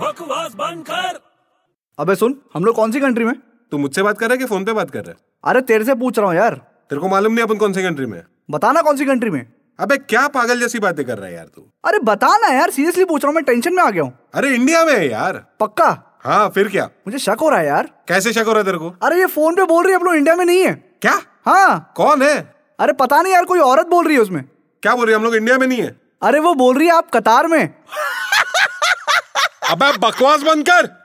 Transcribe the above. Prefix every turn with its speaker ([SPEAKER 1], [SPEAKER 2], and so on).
[SPEAKER 1] बकवास बंद कर
[SPEAKER 2] अबे सुन हम लोग कौन सी कंट्री में
[SPEAKER 3] तू मुझसे बात कर रहा है कि फोन पे बात कर रहा है
[SPEAKER 2] अरे तेरे से पूछ रहा हूँ यार
[SPEAKER 3] तेरे को मालूम नहीं अपन कौन से कंट्री में है
[SPEAKER 2] बताना कौन सी कंट्री में
[SPEAKER 3] अबे क्या पागल जैसी बातें कर रहा है यार तू
[SPEAKER 2] अरे बताना यार सीरियसली पूछ रहा हूँ मैं टेंशन में आ गया हूँ
[SPEAKER 3] अरे इंडिया में है यार
[SPEAKER 2] पक्का
[SPEAKER 3] हाँ फिर क्या
[SPEAKER 2] मुझे शक हो रहा है यार
[SPEAKER 3] कैसे शक हो रहा है तेरे को
[SPEAKER 2] अरे ये फोन पे बोल रही है हम लोग इंडिया में नहीं है
[SPEAKER 3] क्या
[SPEAKER 2] हाँ
[SPEAKER 3] कौन है
[SPEAKER 2] अरे पता नहीं यार कोई औरत बोल रही है उसमें
[SPEAKER 3] क्या बोल रही है हम लोग इंडिया में नहीं है
[SPEAKER 2] अरे वो बोल रही है आप कतार में
[SPEAKER 3] अबे बकवास बंद कर